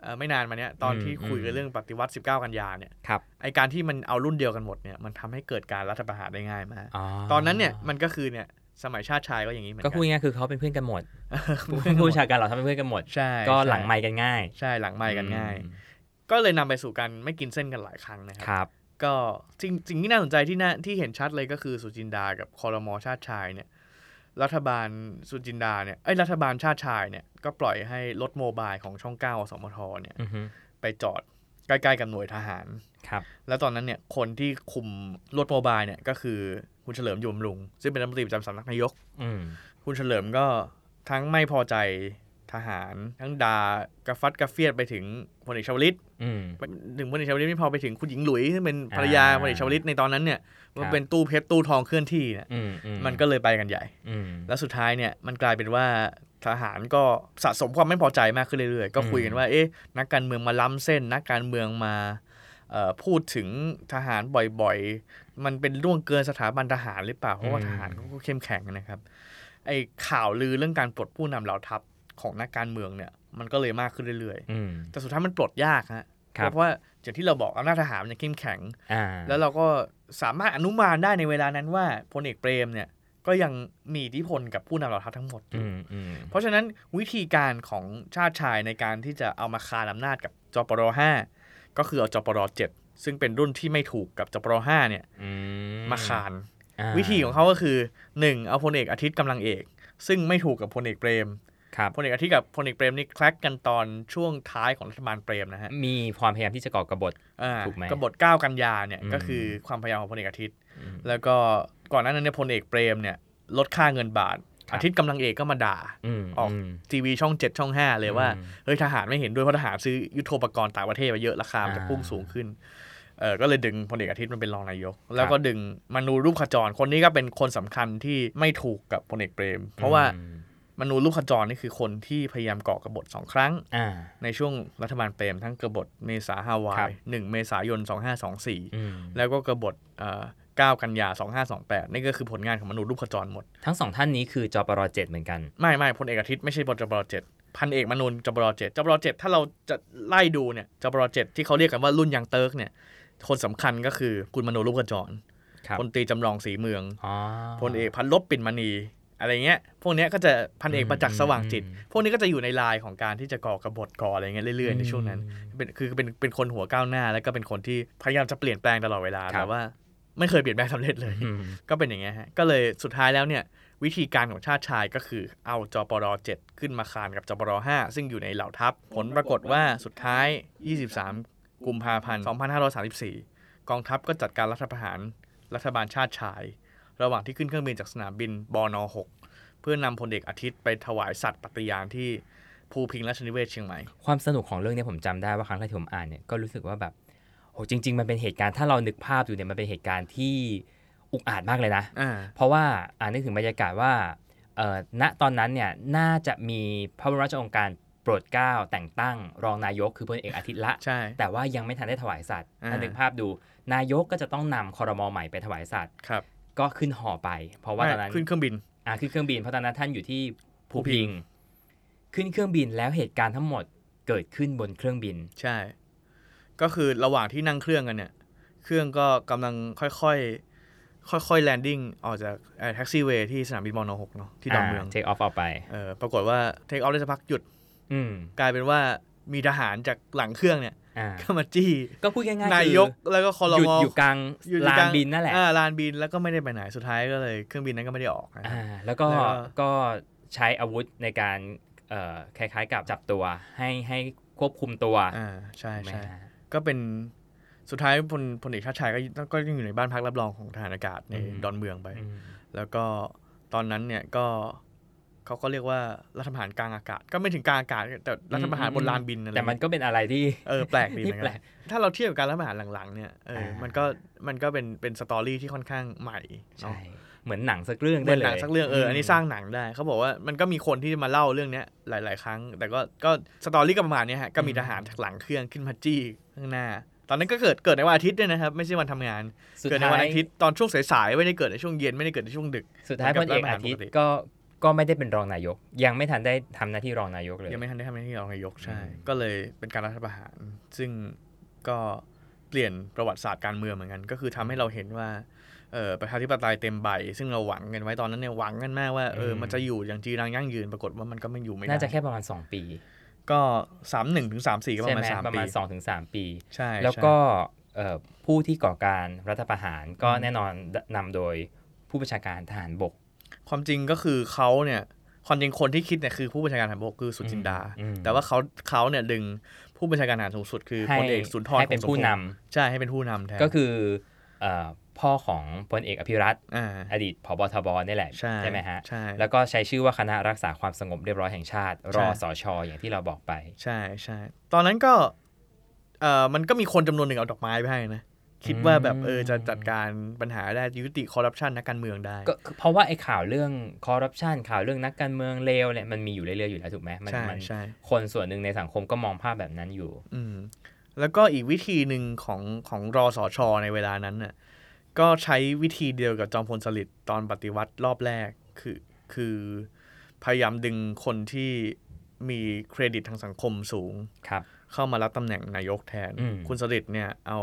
Speaker 2: เอ่อไม่นานมาเนี่ยตอนที่
Speaker 3: อืม
Speaker 2: คุยกั
Speaker 3: อื
Speaker 2: น
Speaker 3: ม
Speaker 2: เรื่องปฏิวัติ 19 กันยาเนี่ย
Speaker 3: ครับ
Speaker 2: ไอการที่มันเอารุ่นเดียวกันหมดเนี่ยมันทำให้เกิดการรัฐประหารได้ง่ายมาก
Speaker 3: อ๋อ
Speaker 2: ตอนนั้นเนี่ยมันก็คือเนี่ยสมัยชาติชายก็อย่างนี้เหมือน
Speaker 3: ก็
Speaker 2: กั
Speaker 3: พูดง่ายๆคือเขาเป็นเพื่อนกัน หมด
Speaker 2: พูด
Speaker 3: ผู้ประชาการเราทำเป็นเพื่อนกันหมด
Speaker 2: ใช่
Speaker 3: ก็
Speaker 2: ใช่
Speaker 3: หลังไมค์กันง่าย
Speaker 2: ใช่หลังไม่กันง่าย ก็เลยนำไปสู่การไม่กินเส้นกันหลายครั้งนะค
Speaker 3: ครับ รับ
Speaker 2: ก็สิ่งสิ่งที่น่าสนใจที่น่าที่เห็นชัดเลยก็คือสุจินดากับคอรมอชาติชายเนี่ยรัฐบาลสุจินดาเนี่ยไอ้ยรัฐบาลชาติชายเนี่ยก็ปล่อยให้รถโมบายของช่องเก้าอสมทเนี่ย
Speaker 3: อือฮึ
Speaker 2: ไปจอดใกล้ๆกับหน่วยทหาร
Speaker 3: ครับ
Speaker 2: แล้วตอนนั้นเนี่ยคนที่คุมรถโมบายเนี่ยก็คือคุณเฉลิมยมลุง ซึ่งเป็นรัฐมนตรีประจำสำนักนายก
Speaker 3: อืม
Speaker 2: คุณเฉลิมก็ทั้งไม่พอใจทหาร ทั้งด่ากระฟัดกระเฟียดไปถึงพลเอกชวลิต
Speaker 3: อืม
Speaker 2: ไปถึงพลเอกชวลิตไม่พอไปถึงคุณหญิงหลุยซึ่งเป็นภรรยา
Speaker 3: อ่า
Speaker 2: พลเอกชวลิตในตอนนั้นเนี่ยมั
Speaker 3: คน รับ
Speaker 2: เป็นตู้เพชรตู้ทองเคลื่อนที่เนี่ย
Speaker 3: อืมอื
Speaker 2: มันก็เลยไปกันใหญ่
Speaker 3: อืม
Speaker 2: แล้วสุดท้ายเนี่ยมันกลายเป็นว่าทหารก็สะสมความไม่พอใจมากขึ้นเรื่อยๆ ก็คุยกันว่าเอ๊ะนักการเมืองมาล้ำเส้น นักการเมืองมาเอ่อพูดถึงทหารบ่อยๆ มันเป็นล่วงเกินสถาบันทหารหรือเปล่าเพราะว่า
Speaker 3: อืม
Speaker 2: ทหารเขาก็เข้มแข็งนะครับไอ้ข่าวลือเรื่องการปลดผู้นำเหล่าทัพของนักการเมืองเนี่ยมันก็เลยมากขึ้นเรื่อยๆ
Speaker 3: อืม
Speaker 2: แต่สุดท้ายมันปลดยากฮะ
Speaker 3: ครับ
Speaker 2: เพราะว่าอย่างที่เราบอกอำนาจทหารมันยังเข้มแข็ง
Speaker 3: อ่า
Speaker 2: แล้วเราก็สามารถอนุมานได้ในเวลานั้นว่าพลเอกเปรมเนี่ยก็ยังมีอิทธิพลกับผู้นำเหล่าทัพทั้งหมดอยู่
Speaker 3: อืมอืม
Speaker 2: เพราะฉะนั้นวิธีการของชาติชายในการที่จะเอามาคานอำนาจกับจปร5ก็คือเอาจปร7ซึ่งเป็นรุ่นที่ไม่ถูกกับจปร5เนี่ย
Speaker 3: อื
Speaker 2: มาคาน
Speaker 3: อ่
Speaker 2: วิธีของเขาก็คือ 1. เอาพลเอกอาทิตย์กำลังเอก ซึ่งไม่ถูกกับพลเอกเปรม
Speaker 3: ครับ
Speaker 2: พลเอกอาทิตย์กับพลเอกเปรมนี่แคลกกันตอนช่วงท้ายของรัฐบาลเปรมนะฮะ
Speaker 3: มีความพยายามที่จะก่อกบฏ
Speaker 2: อ่า
Speaker 3: ถูกไหม
Speaker 2: กบฏเก้ากันยาเนี่ย
Speaker 3: อืม
Speaker 2: ก็คือความพยายามของพลเอกอาทิตย์
Speaker 3: อืม
Speaker 2: แล้วก็ก่อนหน้านั้นเนี่ยพลเอกเปรมเนี่ยลดค่าเงินบาท
Speaker 3: ครับ
Speaker 2: อาทิตย์กำลังเอกก็มาด่า
Speaker 3: อืม
Speaker 2: ออก
Speaker 3: ม
Speaker 2: ทีวีช่อง 7 ช่อง 5 เลยว่า
Speaker 3: อืม
Speaker 2: เฮ้ยทหารไม่เห็นด้วยเพราะทหารซื้อยุทโธปกรณ์ต่างประเทศมาเยอะราคามันจะ
Speaker 3: อ่า
Speaker 2: พุ่งสูงขึ้น เออก็เลยดึงพลเอกอาทิตย์มาเป็นรองนายก แล้วก็ดึงมนูรูปขจรคนนี้ก็เป็นคนสำคัญที่ไม่ถูกกับพลเอกเปรม เพราะว่า
Speaker 3: อืม
Speaker 2: มนูรูปขจรนี่คือคนที่พยายามก่อกบฏสองครั้ง
Speaker 3: อ่า
Speaker 2: ในช่วงรัฐบาลเปรมทั้งกบฏเมษาฮาวา
Speaker 3: ครั
Speaker 2: ย
Speaker 3: บ
Speaker 2: หนึ่งเมษายน
Speaker 3: อืม
Speaker 2: 2524 แล้วก็กบฏเอ่อ9กันยา 2528 นี่ก็คือผลงานของมนูรูปขจรหมด
Speaker 3: ทั้งสองท่านนี้คือจปรเจ็ดเหมือนกัน
Speaker 2: ไม่ไม่พลเอกอาทิตย์ไม่ใช่บจบรเจ็ดพันเอกมนูนจบรเจ็ดจบรเจ็ดถ้าเราจะไล่ดูเนี่ยจบรเจ็ดที่เขาเรียกกันว่ารุ่นยังเติร์กเนี่ย คนสำคัญก็คือคุณมนูรูปขจร
Speaker 3: ครับ
Speaker 2: พลตรีจำลองสีเมือง
Speaker 3: อ๋อ
Speaker 2: พลเอกพันลบปิ่นมณี อะไรเงี้ย พวกเนี้ยก็จะพันเอกประจักษ์สว่างจิต
Speaker 3: อืม
Speaker 2: พวกนี้ก็จะอยู่ในลายของการที่จะก่อกบฏก่ออะไรเงี้ยเรื่อยๆในช่วงนั้น เป็นคือเป็นเป็นคนหัวก้าวหน้า แล้วก็เป็นคนที่พยายามจะเปลี่ยนแปลงตลอดเวลา
Speaker 3: ครั
Speaker 2: แต่
Speaker 3: บ
Speaker 2: ว่าไม่เคยเปลี่ยนแปลงสำเร็จเลย
Speaker 3: อืม
Speaker 2: ก็เป็นอย่างเงี้ยฮะ ก็เลยสุดท้ายแล้วเนี่ย วิธีการของชาติชายก็คือเอาจปร7ขึ้นมาคานกับจปร5ซึ่งอยู่ในเหล่าทัพ ผลปรากฏว่าสุดท้าย 23 กุมภาพันธ์ 2534 กองทัพก็จัดการรัฐประหารรัฐบาลชาติชาย ระหว่างที่ขึ้นเครื่องบินจากสนามบินบอน6เพื่อนำพลเอกอาทิตย์ไปถวายสัตว์ปฏิญาณที่ภูพิงราชนิเวศน์เชียงใหม่
Speaker 3: ความสนุกของเรื่องเนี้ยผมจำได้ว่าครั้งแรกที่ผมอ่านเนี่ยก็รู้สึกว่าแบบโหจริง ๆ มันเป็นเหตุการณ์ถ้าเรานึกภาพอยู่เนี่ยมันเป็นเหตุการณ์ที่อุกอาจมากเลยนะ
Speaker 2: อ่า
Speaker 3: เพราะว่าอ่านนึกถึงบรรยากาศว่าเอ่อณตอนนั้นเนี่ยน่าจะมีพระบรมราชโองการโปรดเกล้าแต่งตั้งรองนายกคือพลเอกอาทิตย์ละ
Speaker 2: ใช่
Speaker 3: แต่ว่ายังไม่ทันได้ถวายสัตว์
Speaker 2: อ่า
Speaker 3: ถ้านึกภาพดู นายกก็จะต้องนำคอรมอใหม่ไปถวายสัตว์
Speaker 2: ครับ
Speaker 3: ก็ขึ้นห่อไป เพราะว่าตอนนั้น
Speaker 2: ขึ้นเครื่องบิน
Speaker 3: อ่าขึ้นเครื่องบินเพราะตอนนั้นท่านอยู่ที่
Speaker 2: ภู
Speaker 3: ภู
Speaker 2: พิ
Speaker 3: พิ
Speaker 2: ง
Speaker 3: ง ขึ้นเครื่องบินแล้วเหตุการณ์ทั้งหมดเกิดขึ้นบนเครื่องบิน
Speaker 2: ใช่ ก็คือระหว่างที่นั่งเครื่องกันเนี่ย เครื่องก็กำลังค่อยๆ ค่อยๆ แลนดิ้งออกจากแท็กซี่เวย์ที่สนามบินมอนอหกเนาะที่ดอนเมือง
Speaker 3: เทคออฟออกไป
Speaker 2: เออปรากฏว่าเทคออฟได้สักพักหยุด
Speaker 3: อืม
Speaker 2: กลายเป็นว่ามีทหารจากหลังเครื่องเนี่ย
Speaker 3: อ่า
Speaker 2: ก็มาจี้
Speaker 3: ก็พูดง่ายๆคือน
Speaker 2: ายกแล้วก็คอร
Speaker 3: หยุด
Speaker 2: มอ
Speaker 3: อยู่กลาง
Speaker 2: หยุดอ
Speaker 3: ลา
Speaker 2: ยู่ก
Speaker 3: นบินนั่นแหละ
Speaker 2: อ่าลานบินแล้วก็ไม่ได้ไปไหนสุดท้ายก็เลยเครื่องบินนั้นก็ไม่ได้ออกนะ
Speaker 3: อ่าแล้วก็
Speaker 2: แล้วก็
Speaker 3: ก็ใช้อาวุธในการเอ่อคล้ายๆกับจับตัวให้ให้ควบคุมตัว
Speaker 2: อ่าใช่
Speaker 3: ถูกไหม
Speaker 2: ใช่
Speaker 3: ฮะ
Speaker 2: ก็เป็นสุดท้ายพลพลเอกชาติชายก็ก็ยังอยู่ในบ้านพักรับรองของทหารอากาศใน
Speaker 3: อืม
Speaker 2: ดอนเมืองไป
Speaker 3: อืม
Speaker 2: แล้วก็ตอนนั้นเนี่ยก็เขาก็เรียกว่ารัฐประหารกลางอากาศ ก็ไม่ถึงกลางอากาศ แต่รัฐประหารบนลานบินอะไร
Speaker 3: แต่มันก็เป็นอะไรที่
Speaker 2: เออแปลกดีเห
Speaker 3: ที่
Speaker 2: มือน
Speaker 3: แปล
Speaker 2: กั
Speaker 3: ก
Speaker 2: นถ้าเราเทียบกับการรัฐประหารหลังๆเนี่ยเอออา
Speaker 3: มั
Speaker 2: มันก็มันก็เป็นเป็นสตอรี่ที่ค่อนข้างใหม่เนาะ
Speaker 3: ใช่เหมือนหนังสักเรื่อง
Speaker 2: เหมื
Speaker 3: ได้
Speaker 2: อน
Speaker 3: เลย
Speaker 2: หนังสักเรื่องเอออันนี้สร้างหนังได้เขาบอกว่ามันก็มีคนที่มาเล่าเรื่องเนี้ยหลาย ๆ ครั้ง แต่ก็ก็สตอรี่ก็ประมาณเนี้ยฮะก็มีทหารจากหลังเครื่องขึ้นมาจี้ข้างหน้า ตอนนั้นก็เกิดเกิดในวันอาทิตย์ด้วยนะครับไม่ใช่วันทำงาน
Speaker 3: สุด
Speaker 2: เกิดใน
Speaker 3: ท้า
Speaker 2: วัน
Speaker 3: ย
Speaker 2: อาทิตย์ตอนช่วงสายๆไม่ได้เกิดในช่วงเย็นไม่ได้เกิดในช่วงดึก
Speaker 3: สุดท้ายพลเอกอาทิตย์ก็ก็ไม่ได้เป็นรองนายก ยังไม่ทันได้ทำหน้าที่รองนายกเลย
Speaker 2: ยังไม่ทันได้ทำหน้าที่รองนายกใช่
Speaker 3: อืม
Speaker 2: ก็เลยเป็นการรัฐประหาร ซึ่งก็เปลี่ยนประวัติศาสตร์การเมืองเหมือนกัน ก็คือทำให้เราเห็นว่าเออประชาธิปไตยเต็มใบ ซึ่งเราหวังกันไว้ตอนนั้นเนี่ยหวังกันมากว่าเออมันจะอยู่อย่างจีรังยั่งยืนปรากฏว่ามันก็ไม่อยู่ไม่ได้
Speaker 3: น่าจะแค่ประมาณ 2 ปี
Speaker 2: ก็สามหนึ่งถึงสามสี่ก็ป
Speaker 3: ใช่
Speaker 2: ระ
Speaker 3: ไห
Speaker 2: มาม ณสาม
Speaker 3: ประ
Speaker 2: ปี
Speaker 3: มาณ2อถึงสปี
Speaker 2: ใช่
Speaker 3: แล้วก็
Speaker 2: ใช่
Speaker 3: เอ่อผู้ที่ก่อการรัฐประหารก็
Speaker 2: อืม
Speaker 3: แน่นอนนำโดยผู้บัญชาการทหารบก
Speaker 2: ความจริงก็คือเขาเนี่ยความจริงคนที่คิดเนี่ยคือผู้บัญชาการทหารบกคือสุจินดา
Speaker 3: อืม
Speaker 2: แต่ว่าเขาเขาเนี่ยดึงผู้บัญชาการทหารสูงสุดคือพลเอกสุนทร
Speaker 3: ให้เป็น
Speaker 2: คงสม
Speaker 3: ผู้
Speaker 2: พงษ์
Speaker 3: นำ
Speaker 2: ใช่ให้เป็นผู้นำแทน
Speaker 3: ก็คือเอ่อพ่อของพลเอกอภิรัตน์
Speaker 2: อ่า
Speaker 3: อดีตผบทบนี่แหละ
Speaker 2: ใช่
Speaker 3: ไหมฮะ
Speaker 2: ใช่
Speaker 3: แล้วก็ใช้ชื่อว่าคณะรักษาความสงบเรียบร้อยแห่งชาติ
Speaker 2: ใช่
Speaker 3: รอสชอย่างที่เราบอกไป
Speaker 2: ใช่ใช่ตอนนั้นก็เอ่อมันก็มีคนจำนวนหนึ่งเอาดอกไม้ไปให้นะ คิดว่าแบบเออจะจัดการปัญหาได้ยุติคอร์รัปชันนักการเมืองได้
Speaker 3: ก็คือเพราะว่าไอ้ข่าวเรื่องคอร์รัปชันข่าวเรื่องนักการเมืองเลวเนี่ยมันมีอยู่เรื่อยๆอยู่แล้วถูกไหมมั
Speaker 2: ใช่
Speaker 3: มั
Speaker 2: ใช่
Speaker 3: คนส่วนหนึ่งในสังคมก็มองภาพแบบนั้นอยู่
Speaker 2: อืมแล้วก็อีกวิธีหนึ่งของของรอสอชอในเวลานั้นน่ะก็ใช้วิธีเดียวกับจอมพลสฤษดิ์ตอนปฏิวัติรอบแรกคือคือ พยายามดึงคนที่มีเครดิตทางสังคมสูง
Speaker 3: ครับ
Speaker 2: เข้ามารับตำแหน่งนายกแทน
Speaker 3: อืม
Speaker 2: คุณสฤษดิ์เนี่ยเอา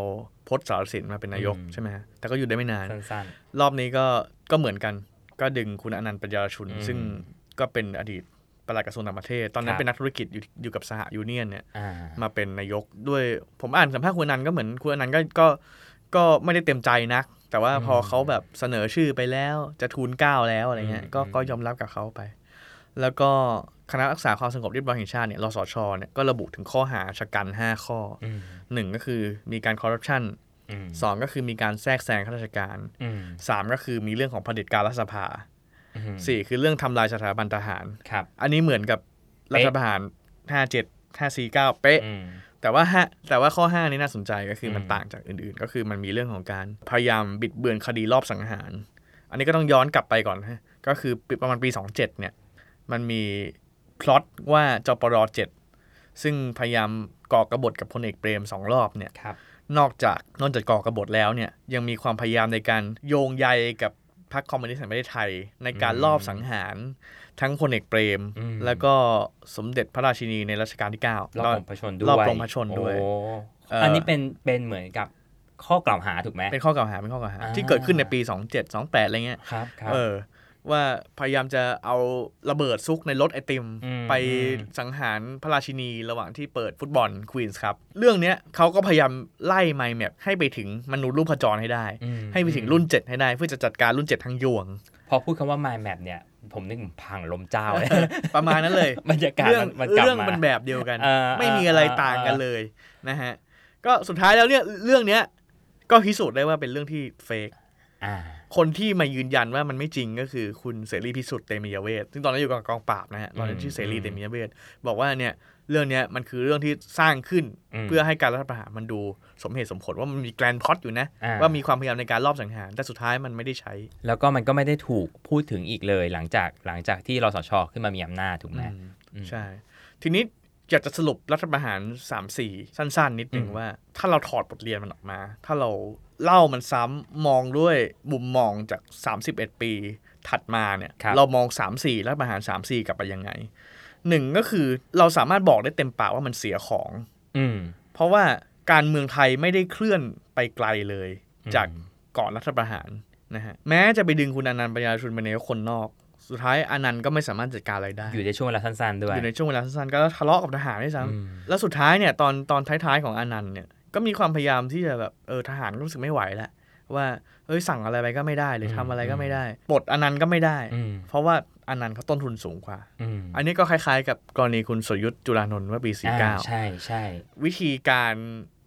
Speaker 2: พจน์สารสินมาเป็นนายก
Speaker 3: อืม
Speaker 2: ใช่ไหมฮะแต่ก็อยู่ได้ไม่นาน
Speaker 3: สั้น
Speaker 2: รอบนี้ก็ก็เหมือนกัน ก็ดึงคุณอนันต์ปัญญาชุน
Speaker 3: อืม
Speaker 2: ซึ่งก็เป็นอดีตปลัดกระทรวงต่างประเทศ ตอนนั้
Speaker 3: คน รับ
Speaker 2: เป็นนักธุรกิจอยู่อยู่กับสหยูเนียนเนี่ย
Speaker 3: ๆอ่า
Speaker 2: มาเป็นนายกด้วยผมอ่านสัมภาษณ์คุณอนันต์ก็เหมือนคุณอนันต์ก็ก็ก็ไม่ได้เต็มใจนัก แต่ว่าพอเขาแบบเสนอชื่อไปแล้วจะทูลเกล้าแล้วอะไรเงี้ยก็ก็ยอมรับกับเขาไป แล้วก็คณะรักษาความสงบเรียบร้อยแห่งชาติเนี่ยรสชเนี่ยก็ระบุถึงข้อหาชะกัน 5 ข้อ
Speaker 3: อืม
Speaker 2: หนึ่งก็คือมีการคอร์รัปชัน
Speaker 3: อืม
Speaker 2: สองก็คือมีการแทรกแซงข้าราชการ
Speaker 3: อืม
Speaker 2: สามก็คือมีเรื่องของเผด็จการรัฐสภา
Speaker 3: อืม
Speaker 2: สี่คือเรื่องทำลายสถาบันทหาร
Speaker 3: ครับ
Speaker 2: อันนี้เหมือนกับ
Speaker 3: เป๊ะ
Speaker 2: รัฐประหารห้าเจ็ดห้าสี่เก้าเป๊ะ
Speaker 3: อืม
Speaker 2: แต่ว่าฮะแต่ว่าข้อ 5 นี้น่าสนใจก็คืออ
Speaker 3: ม
Speaker 2: มันต่างจากอื่นๆ ก็คือมันมีเรื่องของการพยายามบิดเบือนคดีรอบสังหาร อันนี้ก็ต้องย้อนกลับไปก่อนนะก็คือปีประมาณปี 27เนี่ยมันมีพล็อตว่าจปร7ซึ่งพยายามก่อกบฏกับพลเอกเปรมสองรอบเนี่ย
Speaker 3: ครับ
Speaker 2: นอกจากนอกจากก่อกบฏแล้วเนี่ยยังมีความพยายามในการโยงใยกับพรรคคอมมิวนิสต์แห่งประเทศไทย ในการ
Speaker 3: อืม
Speaker 2: ลอบสังหาร ทั้งพลเอกเปรม
Speaker 3: อืม
Speaker 2: แล้วก็สมเด็จพระราชินีในรัชกาลที่ 9
Speaker 3: รอบกรมพระชนด้วย
Speaker 2: รอบกรมพระชนด้วย
Speaker 3: โอ้
Speaker 2: เอ่ออั
Speaker 3: อันนี้เป็นเป็นเหมือนกับข้อกล่าวหาถูกไหม
Speaker 2: เป็นข้อกล่าวหาเป็นข้อกล่าวหา
Speaker 3: อ่า
Speaker 2: ที่เกิดขึ้นในปี 27 28 อะไรเงี้ย
Speaker 3: ครับครับ
Speaker 2: เออว่าพยายามจะเอาระเบิดซุกในรถไอติม
Speaker 3: อืม
Speaker 2: ไป
Speaker 3: อืม
Speaker 2: สังหารพระราชินีระหว่างที่เปิดฟุตบอลควีนส์ครับ เรื่องเนี้ยเขาก็พยายามไล่ไมล์แมปให้ไปถึงมนุษย์รูปพจรให้ได้
Speaker 3: อืม
Speaker 2: ให้ไปถึงรุ่น 7 ให้ได้เพื่อจะจัดการรุ่น 7 ทั้งยว ง
Speaker 3: พอพูดคำว่า mind map เนี่ย ผมนึกถึงพังลมเจ้า เลย
Speaker 2: ประมาณนั้นเลย
Speaker 3: บรรยากาศ
Speaker 2: เรื่อง
Speaker 3: มันมันกลับ
Speaker 2: เรื่อง
Speaker 3: มา
Speaker 2: มันแบบเดียวกัน
Speaker 3: เออ
Speaker 2: ไม่มีอะไร
Speaker 3: เออเออ
Speaker 2: ต่างกันเลยนะฮะก็สุดท้ายแล้วเนี่ยเรื่องเนี้ยก็พิสูจน์ได้ว่าเป็นเรื่องที่เฟก
Speaker 3: อ่า
Speaker 2: คนที่มายืนยันว่ามันไม่จริงก็คือคุณเสรีพิสุทธิ์เตมียเวทซึ่งตอนนั้นอยู่กับกองปราบนะฮะตอนนั้นชื่อเสรี
Speaker 3: อืม
Speaker 2: เตมียเวทบอกว่าเนี่ยเรื่องเนี้ยมันคือเรื่องที่สร้างขึ้น
Speaker 3: ม
Speaker 2: เพื่อให้การรัฐประหารมันดูสมเหตุสมผลว่ามันมีแกรนด์พล็อตอยู่นะ
Speaker 3: อ่า
Speaker 2: ว่ามีความพยายามในการลอบสังหารแต่สุดท้ายมันไม่ได้ใช้
Speaker 3: แล้วก็มันก็ไม่ได้ถูกพูดถึงอีกเลยหลังจากหลังจากที่รสชขึ้นมามีอำนาจถูกไหม อืม
Speaker 2: ใช่ ทีนี้อยากจะสรุปรัฐประหาร 3 4 สั้น ๆ นิดนึง
Speaker 3: อืม
Speaker 2: ว่า ถ้าเราถอดบทเรียนมันออกมา ถ้าเราเล่ามันซ้ำมองด้วยมุมมองจาก 31 ปีถัดมาเนี่ย
Speaker 3: ครับ
Speaker 2: เรามอง 3 4 รัฐประหาร 3 4 กลับไปยังไงหนึ่งก็คือเราสามารถบอกได้เต็มปากว่ามันเสียของ
Speaker 3: อืม
Speaker 2: เพราะว่าการเมืองไทยไม่ได้เคลื่อนไปไกลเลย
Speaker 3: อืม
Speaker 2: จากก่อนรัฐประหารนะฮะแม้จะไปดึงคุณอนันต์ปัญญาชุนเป็นนายกคนนอก สุดท้ายอนันต์ก็ไม่สามารถจัดการอะไรได้
Speaker 3: อยู่ในช่วงเวลาสั้นๆด้วย
Speaker 2: อยู่ในช่วงเวลาสั้นๆก็ทะเลาะกับทหารด้วยซ้
Speaker 3: อืม
Speaker 2: ำแล้วสุดท้ายเนี่ยตอนตอนท้ายๆของอานันต์เนี่ยก็มีความพยายามที่จะแบบเออทหารก็รู้สึกไม่ไหวแล้วว่าเอ้ยสั่งอะไรไปก็ไม่ได้หรือทำอะไรก็ไม่ได้ปลดอานันต์ก็ไม่ได้
Speaker 3: อืม
Speaker 2: เพราะว่าอานันต์เขาต้นทุนสูงกว่า
Speaker 3: อืม
Speaker 2: อันนี้ก็คล้ายๆ กับกรณีคุณสรยุทธ์จุลานนท์เมื่อปี
Speaker 3: อ่ใช่ใช่
Speaker 2: 49 วิธีการ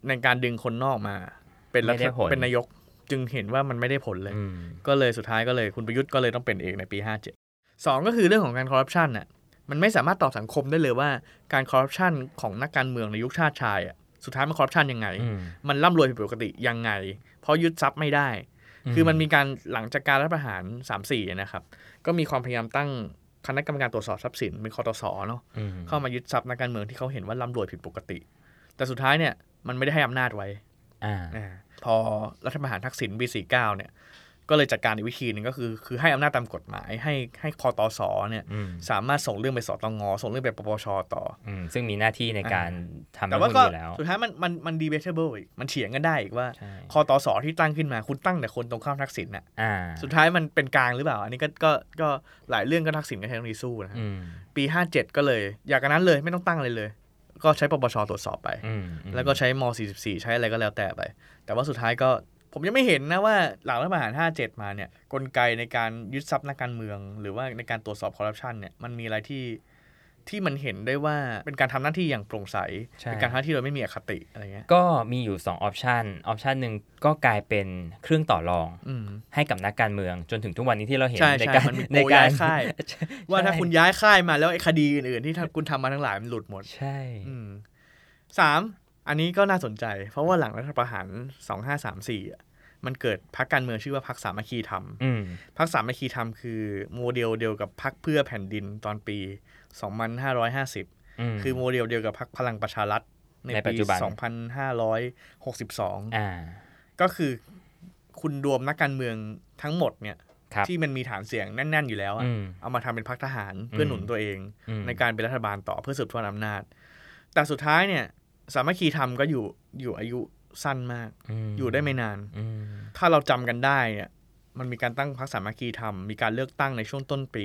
Speaker 2: ในการดึงคนนอกมา เป็นรัฐ
Speaker 3: ไม่ได้ผล
Speaker 2: เป็นนายกจึงเห็นว่ามันไม่ได้ผลเลย
Speaker 3: อืม
Speaker 2: ก็เลยสุดท้ายก็เลยคุณประยุทธ์ก็เลยต้องเป็นเองในปี 57 2 ก็คือเรื่องของการคอร์รัปชันน่ะมันไม่สามารถตอบสังคมได้เลยว่าการคอร์รัปชันของนักการเมืองในยุคชาติชายอ่ะสุดท้ายมันคอร์รัปชันยังไง
Speaker 3: อืม
Speaker 2: มันร่ำรวยผิดปกติยังไง เพราะยึดทรัพย์ไม่ได้ คือมันมีการหลังจากการรัฐประหาร 3-4นะครับก็มีความพยายามตั้งคณะกรรมการตรวจสอบทรัพย์สินเป็นคอตสเนาะ
Speaker 3: อืม
Speaker 2: เข้ามายึดทรัพย์นักการเมืองที่เขาเห็นว่าร่ำรวยผิดปกติ แต่สุดท้ายเนี่ยมันไม่ได้ให้อำนาจไว้
Speaker 3: อ่า
Speaker 2: อ่าพอรัฐประหารทักษิณปี49เนี่ย ก็เลยจัดการอีกวิธีหนึ่งก็คือ คือให้อำนาจตามกฎหมายให้ให้คอตอสอเนี่ย
Speaker 3: อืม
Speaker 2: สามารถส่งเรื่องไปสตงส่งเรื่องไปปปชต่อ
Speaker 3: อืมซึ่งมีหน้าที่ในการทำ
Speaker 2: แต่
Speaker 3: เรื่
Speaker 2: ว่า
Speaker 3: องพวก
Speaker 2: ก็
Speaker 3: นี้อยู่แล้ว
Speaker 2: สุดท้ายมันมันมัน debatable อีกมันเถียงกันได้อีกว่า
Speaker 3: ใช่
Speaker 2: คอตอสอที่ตั้งขึ้นมาคุณตั้งแต่คนตรงข้ามทักษิณน่ะ
Speaker 3: อ่า
Speaker 2: สุดท้ายมันเป็นกลางหรือเปล่า อันนี้ก็ก็ก็หลายเรื่องก็ทักษิณก็ใช้ตรงนี้สู้นะฮะ
Speaker 3: อืม
Speaker 2: ปี 57 ก็เลย อยากกันนั้นเลยไม่ต้องตั้งอะไรเลย ก็ใช้ปปชตรวจสอบไป
Speaker 3: อืมอืม
Speaker 2: แล้วก็ใช้ม 44 ใช้อะไรก็แล้วแต่ไป แต่ว่าสุดท้ายก็ผมยังไม่เห็นนะว่าหลังรัฐประหาร 57 มาเนี่ยกลไกในการยึดทรัพย์นักการเมือง หรือว่าในการตรวจสอบคอร์รัปชันเนี่ยมันมีอะไรที่ที่มันเห็นได้ว่าเป็นการทำหน้าที่อย่างโปร่งใส
Speaker 3: ใช่
Speaker 2: เป็นการทำหน้าที่โดยไม่มีอคติอะไรเงี้ย
Speaker 3: ก็มีอยู่2องออปชันออปชันหนึ่งก็กลายเป็นเครื่องต่อรอง
Speaker 2: อืม
Speaker 3: ให้กับนักการเมืองจนถึงทุกวันนี้ที่เราเห็น
Speaker 2: ใช่ใช่
Speaker 3: การ
Speaker 2: มันมีโปร
Speaker 3: ในกา
Speaker 2: ย้าร ย ค่าย
Speaker 3: ใช่
Speaker 2: ว่าถ้าคุณย้ายค่ายมาแล้วไอ้คดีอื่นๆที่คุณทำมาทั้งหลายมันหลุดหมด
Speaker 3: ใช่
Speaker 2: อืมสามอันนี้ก็น่าสนใจ เพราะว่าหลังรัฐประหาร2534อะมันเกิดพรรคการเมืองชื่อว่าพรรคสามัคคีธรรม
Speaker 3: อืม
Speaker 2: พรรคสามัคคีธรรมคือโมเดลเดียวกับพรรคเพื่อแผ่นดินตอนปี 2550
Speaker 3: อืม
Speaker 2: คือโมเดลเดียวกับพรรคพลังประชารัฐใน
Speaker 3: ในปัจ
Speaker 2: ปี
Speaker 3: จุบัน
Speaker 2: 2562
Speaker 3: อ่า
Speaker 2: ก็คือคุณรวมนักการเมืองทั้งหมดเนี่ย
Speaker 3: ครับ
Speaker 2: ที่มันมีฐานเสียงแน่น ๆ อยู่แล้วอะ
Speaker 3: อืม
Speaker 2: เอามาทำเป็นพรรคทหารเพื่อหนุนตัวเอง
Speaker 3: อืม
Speaker 2: ในการเป็นรัฐบาลต่อเพื่อสืบทอดอำนาจ แต่สุดท้ายเนี่ยสามัคคีธรรมก็อยู่อยู่อายุสั้นมาก
Speaker 3: ม
Speaker 2: อยู่ได้ไม่นาน
Speaker 3: อืม
Speaker 2: ถ้าเราจำกันได้เนี่ยมันมีการตั้งพรรคสามัคคีธรรม มีการเลือกตั้งในช่วงต้นปี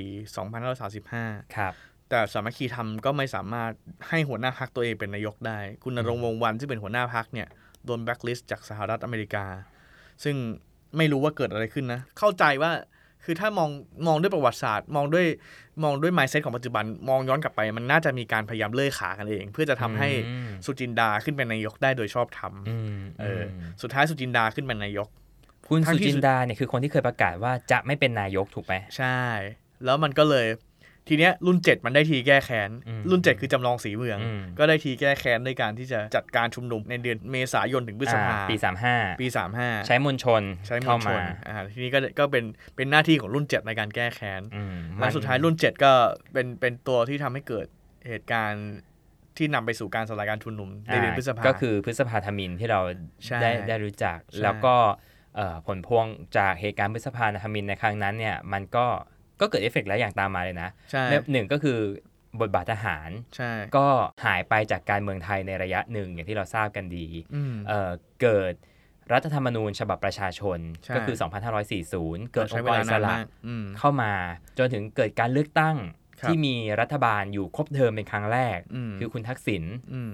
Speaker 2: 2535
Speaker 3: ครับ
Speaker 2: แต่สามัคคีธรรมก็ไม่สามารถให้หัวหน้าพรรคตัวเองเป็นนายกได้ คุณนรงค์วงศ์วันซึ่งเป็นหัวหน้าพรรคเนี่ยโดนแบล็คลิสต์จากสหรัฐอเมริกา ซึ่งไม่รู้ว่าเกิดอะไรขึ้นนะ เข้าใจว่าคือถ้ามองมองด้วยประวัติศาสตร์ มองด้วยมองด้วยไมเซ็ตของปัจจุบัน มองย้อนกลับไป มันน่าจะมีการพยายามเลื่อยขากันเอง เพื่อจะทำให้
Speaker 3: อืม
Speaker 2: สุจินดาขึ้นเป็นนายกได้โดยชอบธรรม
Speaker 3: อืม
Speaker 2: เอออสุดท้ายสุจินดาขึ้นเป็นนายก
Speaker 3: คุณ
Speaker 2: ทั้ง
Speaker 3: สุ
Speaker 2: ที่
Speaker 3: จินดาเนี่ยคือคนที่เคยประกาศว่าจะไม่เป็นนายกถูกไหม
Speaker 2: ใช่ แล้วมันก็เลย ทีเนี้ยรุ่น 7 มันได้ทีแก้แค้น
Speaker 3: อืม
Speaker 2: รุ่น 7 คือจำลองสีเมือง
Speaker 3: อืม
Speaker 2: ก็ได้ทีแก้แค้นในการที่จะจัดการชุมนุมในเดือนเมษายนถึงพฤษภา
Speaker 3: อ่าปี 35
Speaker 2: ปี 35
Speaker 3: ใช้มวลชน
Speaker 2: ใช้มว
Speaker 3: เข้า
Speaker 2: ลช
Speaker 3: มาน
Speaker 2: อ่าทีนี้ก็ก็เป็นเป็นหน้าที่ของรุ่น 7 ในการแก้แค้น
Speaker 3: อืม
Speaker 2: และสุดท้ายรุ่น 7 ก็เป็นเป็นตัวที่ทำให้เกิดเหตุการณ์ที่นำไปสู่การสลายการชุมนุมในเดือนพฤษภา
Speaker 3: ก็คือพฤษภาธมินที่เรา
Speaker 2: ใช่
Speaker 3: ได้ได้รู้จัก
Speaker 2: ใช่
Speaker 3: แล้วก็เอ่อผลพวงจากเหตุการณ์พฤษภาธมินในครั้งนั้นเนี่ยมันก็ก็เกิดเอฟเฟกต์หลายอย่างตามมาเลยนะ
Speaker 2: ใช่
Speaker 3: หนึ่งก็คือบทบาททหาร
Speaker 2: ใช่
Speaker 3: ก็หายไปจากการเมืองไทยในระยะหนึ่งอย่างที่เราทราบกันดี
Speaker 2: อืม
Speaker 3: เอ่อเกิดรัฐธรรมนูญฉบับประชาชน
Speaker 2: ใช่
Speaker 3: ก็คือ 2540 เกิดอ
Speaker 2: ใช้
Speaker 3: งค์
Speaker 2: เว
Speaker 3: กร
Speaker 2: ลา
Speaker 3: อิส
Speaker 2: นาน
Speaker 3: ระ
Speaker 2: มากอืม
Speaker 3: เข้ามา จนถึงเกิดการเลือกตั้ง
Speaker 2: ครับ
Speaker 3: ที่มีรัฐบาลอยู่ครบเทอมเป็นครั้งแรก
Speaker 2: อืม
Speaker 3: คือคุณทักษิณ
Speaker 2: อืม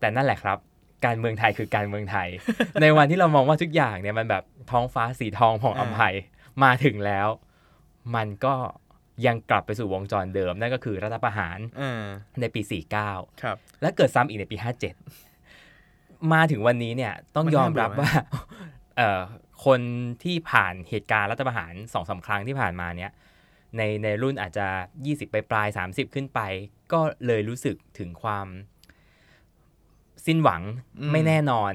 Speaker 3: แต่นั่นแหละครับ การเมืองไทยคือการเมืองไทย ในวันที่เรามองว่าทุกอย่างเนี่ยมันแบบท้องฟ้าสีทองของ
Speaker 2: อ่า
Speaker 3: อัมภัยมาถึงแล้ว มันก็ยังกลับไปสู่วงจรเดิม นั่นก็คือรัฐประหาร
Speaker 2: อ่า
Speaker 3: ในปี 49
Speaker 2: ครับ
Speaker 3: และเกิดซ้ำอีกในปี 57 มาถึงวันนี้เนี่ยต้อง
Speaker 2: มัน
Speaker 3: ยอ
Speaker 2: น่าม
Speaker 3: รับ
Speaker 2: เบื่อไหม
Speaker 3: ว่า เอ่อคนที่ผ่านเหตุการณ์รัฐประหารสองสาครั้งที่ผ่านมาเนี่ยในในรุ่นอาจจะ 20 ไปปลายๆ30 ขึ้นไป ก็เลยรู้สึกถึงความสิ้นหวังไม่แน่นอน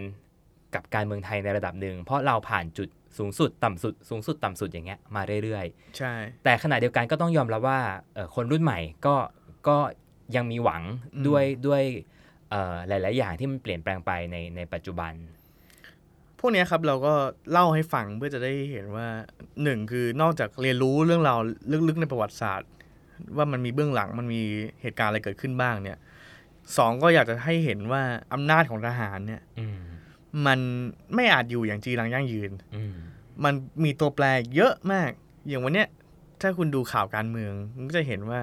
Speaker 3: กับการเมืองไทยในระดับหนึ่ง เพราะเราผ่านจุดสูงสุดต่ำสุด สูงสุดต่ำสุดอย่างเงี้ยมาเรื่อยๆ
Speaker 2: ใช่
Speaker 3: แต่ขณะเดียวกันก็ต้องยอมรับว่าเอ่อคนรุ่นใหม่ก็ก็ยังมีหวังด้วยด้วยเอ่อหลาย ๆ อย่างที่มันเปลี่ยนแปลงไปในในปัจจุบัน
Speaker 2: พวกเนี้ยครับเราก็เล่าให้ฟังเพื่อจะได้เห็นว่าหนึ่งคือนอกจากเรียนรู้เรื่องราวลึกๆในประวัติศาสตร์ ว่ามันมีเบื้องหลังมันมีเหตุการณ์อะไรเกิดขึ้นบ้างเนี่ยสองก็อยากจะให้เห็นว่าอำนาจของทหารเนี่ย
Speaker 3: อืม
Speaker 2: มันไม่อาจอยู่อย่างจีรังยั่งยืน
Speaker 3: อืม
Speaker 2: มันมีตัวแปรเยอะมาก อย่างวันเนี้ยถ้าคุณดูข่าวการเมืองคุณก็จะเห็นว่า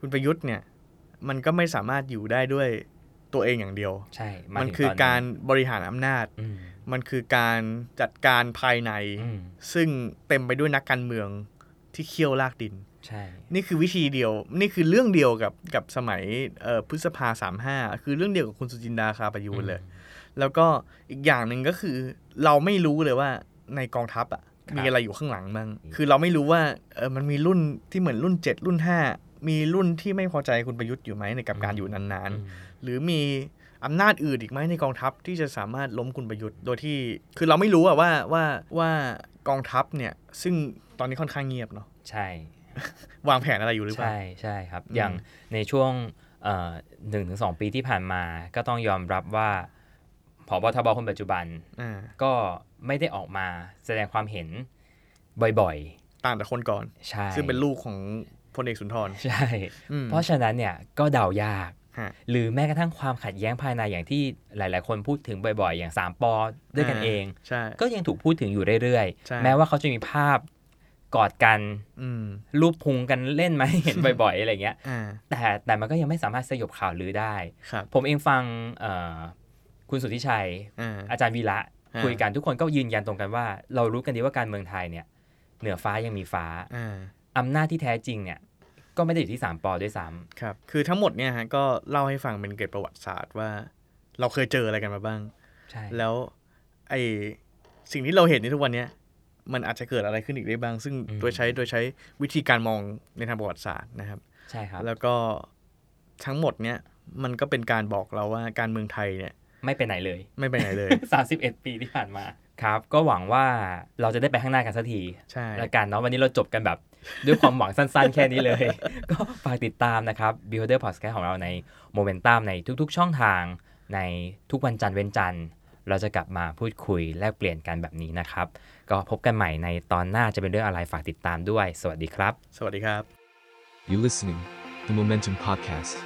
Speaker 2: คุณประยุทธ์เนี่ย มันก็ไม่สามารถอยู่ได้ด้วยตัวเองอย่างเดียว
Speaker 3: ใช่า
Speaker 2: มัน
Speaker 3: ถึง
Speaker 2: คือ
Speaker 3: ต
Speaker 2: การบริหารอำนาจ
Speaker 3: อืม
Speaker 2: มันคือการจัดการภายใน
Speaker 3: อืม
Speaker 2: ซึ่งเต็มไปด้วยนักการเมืองที่เคี่ยวลากดิน
Speaker 3: ใช่
Speaker 2: นี่คือวิธีเดียว นี่คือเรื่องเดียวกับกับสมัยเอ่อพฤษภาสามห้าคือเรื่องเดียวกับคุณสุจินดาคาประยูนเลย แล้วก็อีกอย่างหนึ่งก็คือเราไม่รู้เลยว่าในกองทัพอ่ะมีอะไรอยู่ข้างหลังบ้างคือเราไม่รู้ว่าเออมันมีรุ่นที่เหมือนรุ่น 7 รุ่น 5 มีรุ่นที่ไม่พอใจคุณประยุทธ์อยู่ไหมในกับการอยู่นาน
Speaker 3: อืม
Speaker 2: ๆ หรือมีอำนาจอื่นอีกไหมในกองทัพที่จะสามารถล้มคุณประยุทธ์โดยที่ คือเราไม่รู้อะว่าว่าว่ากองทัพเนี่ยซึ่งตอนนี้ค่อนข้างเงียบเนาะ
Speaker 3: ใช่
Speaker 2: วางแผนอะไรอยู่หรือเปล่า
Speaker 3: ใช่ใช่ครับ
Speaker 2: อืม
Speaker 3: อย่างในช่วงเอ่อหนึ่งถึงสองปีที่ผ่านมาก็ต้องยอมรับว่าผบทบคนปัจจุบัน
Speaker 2: อ่า
Speaker 3: ก็ไม่ได้ออกมาแสดงความเห็นบ่อย
Speaker 2: ต่างแต่คนก่อน
Speaker 3: ๆ ใช่
Speaker 2: ซึ่งเป็นลูกของพลเอกสุนทร
Speaker 3: ใช่
Speaker 2: อืม
Speaker 3: เพราะฉะนั้นเนี่ยก็เดายาก
Speaker 2: ฮะ
Speaker 3: หรือแม้กระทั่งความขัดแย้งภายในอย่างที่หลาย ๆ คนพูดถึงบ่อย ๆ อย่าง 3ปอด้วยกัน
Speaker 2: อ่า
Speaker 3: เอง
Speaker 2: ใช่
Speaker 3: ก็ยังถูกพูดถึงอยู่เรื่อย
Speaker 2: ใช่
Speaker 3: ๆ แม้ว่าเขาจะมีภาพกอดกัน
Speaker 2: อืม
Speaker 3: รูปพุงกันเล่นมาให้เห็นบ่อย ๆ อะไรเงี้ย
Speaker 2: อ่า
Speaker 3: แต่แต่มันก็ยังไม่สามารถสยบข่าวลือได้
Speaker 2: ครับ
Speaker 3: ผมเองฟังเอ่อคุณสุทธิชัย
Speaker 2: อ่า
Speaker 3: อาจารย์วีระ
Speaker 2: อ่า
Speaker 3: คุยกันทุกคนก็ยืนยันตรงกันว่า เรารู้กันดีว่าการเมืองไทยเนี่ยเหนือฟ้ายังมีฟ้า
Speaker 2: อ่า
Speaker 3: อำนาจที่แท้จริงเนี่ยก็ไม่ได้อยู่ที่3ปอด้วยซ้ำ
Speaker 2: ครับ คือทั้งหมดเนี่ยฮะก็เล่าให้ฟังเป็นเกร็ดประวัติศาสตร์ว่า เราเคยเจออะไรกันมาบ้าง
Speaker 3: ใช่
Speaker 2: แล้วไอสิ่งที่เราเห็นในทุกวันเนี้ยมันอาจจะเกิดอะไรขึ้นอีกได้บ้าง ซึ่งโดยใช้โดยใช้วิธีการมองในทางประวัติศาสตร์นะครับ
Speaker 3: ใช่ครับ
Speaker 2: แล้วก็ทั้งหมดเนี่ยมันก็เป็นการบอกเราว่าการเมืองไทยเนี่ย
Speaker 3: ไม่ไปไหนเลย
Speaker 2: ไม่ไปไหนเลย
Speaker 3: 31 ปีที่ผ่านมา ครับ ก็หวังว่าเราจะได้ไปข้างหน้ากันสักที
Speaker 2: ใช่
Speaker 3: ละกันเนาะวันนี้เราจบกันแบบ ด้วยความหวังสั้นๆ แค่นี้ เลย ก็ฝากติดตามนะครับ Builder Podcast ของเราใน Momentum ในทุกๆ ช่องทาง ในทุกวันจันทร์เว้นจันทร์ เราจะกลับมาพูดคุยแลกเปลี่ยนกันแบบนี้นะครับ ก็พบกันใหม่ในตอนหน้าจะเป็นเรื่องอะไรฝากติดตามด้วย สวัสดีครับ
Speaker 2: สวัสดีครับ
Speaker 1: You listening, the Momentum Podcast.